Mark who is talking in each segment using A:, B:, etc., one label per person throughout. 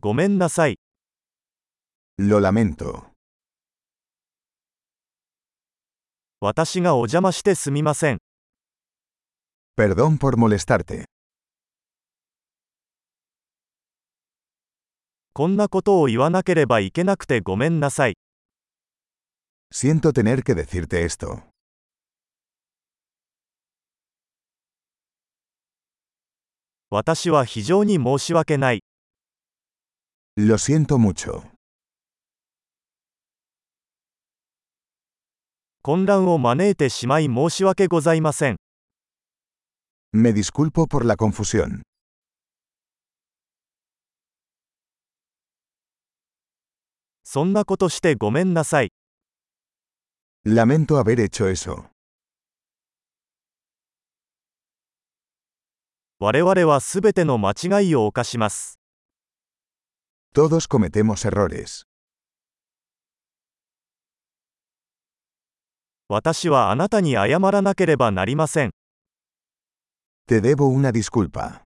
A: ごめんなさい。
B: Lo lamento.
A: 私がお邪魔してすみません。
B: Perdón por molestarte.
A: こんなことを言わなければいけなくてごめんなさい。
B: Siento tener que decirte esto.
A: 私は非常に申し訳ない。
B: Lo siento mucho.
A: 混乱を招いてしまい申し訳ございません。
B: Me disculpo por la confusión.
A: そんなことしてごめんなさい。
B: Lamento haber hecho eso.
A: 我々はすべての間違いを犯します。
B: Todos cometemos errores.
A: 私はあなたに謝らなければなりません。
B: Te debo una disculpa.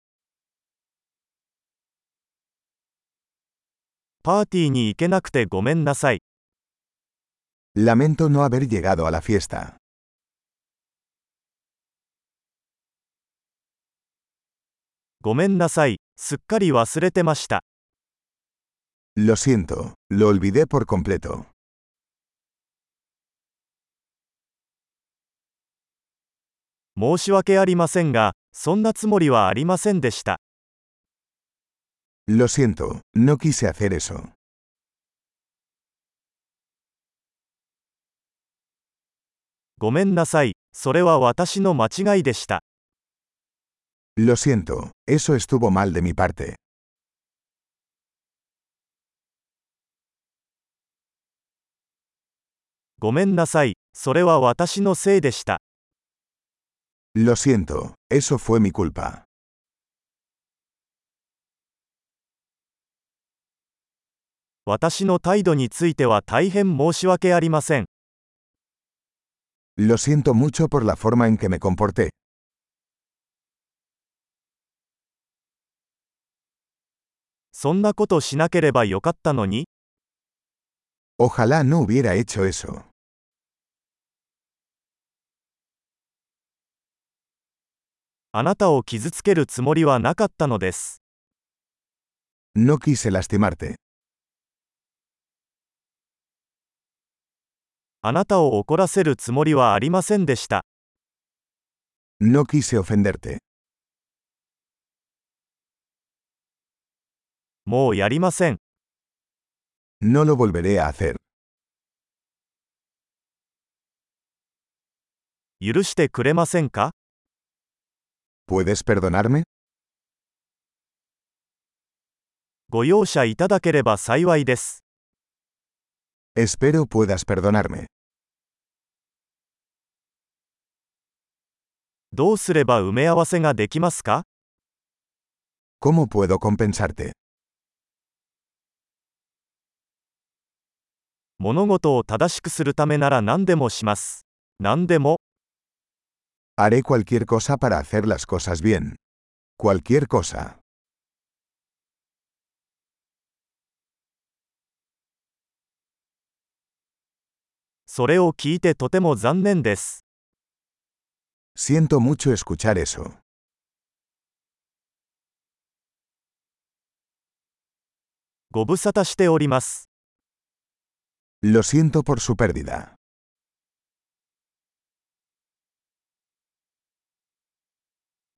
A: パーティーに行けなくてごめんなさい。
B: Lamento no haber llegado a la fiesta.
A: ごめんなさい。すっかり忘れてました。
B: Lo siento, lo olvidé por completo.
A: 申し訳ありませんが、そんなつもりはありませんでした。
B: Lo siento, no quise hacer eso.
A: ごめんなさい。それは私の間違いでした。
B: Lo siento, eso estuvo mal de mi parte.
A: ごめんなさい。それは私のせいでした。
B: Lo siento, eso fue mi culpa.
A: 私の態度については大変申し訳ありません。
B: Lo siento mucho por la forma en que me comporté.
A: そんなことしなければよかったのに、
B: Ojalá no hubiera hecho eso.
A: あなたを傷つけるつもりはなかったのです。
B: No quise lastimarte.
A: あなたを怒らせるつもりはありませんでした。
B: No quise ofenderte.
A: もうやりません。
B: No lo volveré a hacer.
A: 許してくれませんか
B: ¿Puedes perdonarme?
A: ご容赦いただければ幸いです。
B: Espero puedas perdonarme.
A: どうすれば埋め合わせができますか
B: ¿Cómo puedo compensarte?
A: 物事を正しくするためなら何でもします。何でも、
B: Haré cualquier cosa para hacer las cosas bien. Cualquier cosa.
A: それを聞いてとても残念です。
B: Siento mucho escuchar eso.
A: ご無沙汰しております。
B: Lo siento por su pérdida.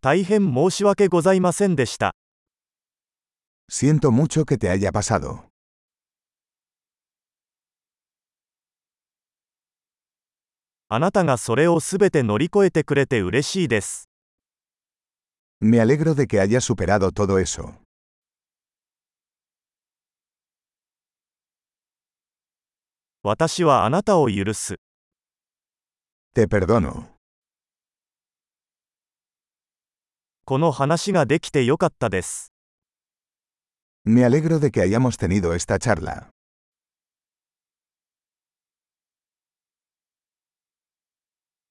A: 大変申し訳ございませんでした。
B: Siento mucho que te haya pasado.
A: あなたがそれをすべて乗り越えてくれて嬉しいです。
B: Me alegro de que hayas superado todo eso.
A: 私はあなたを許す。
B: Te perdono.
A: この話ができてよかったです。
B: Me alegro de que hayamos tenido esta charla.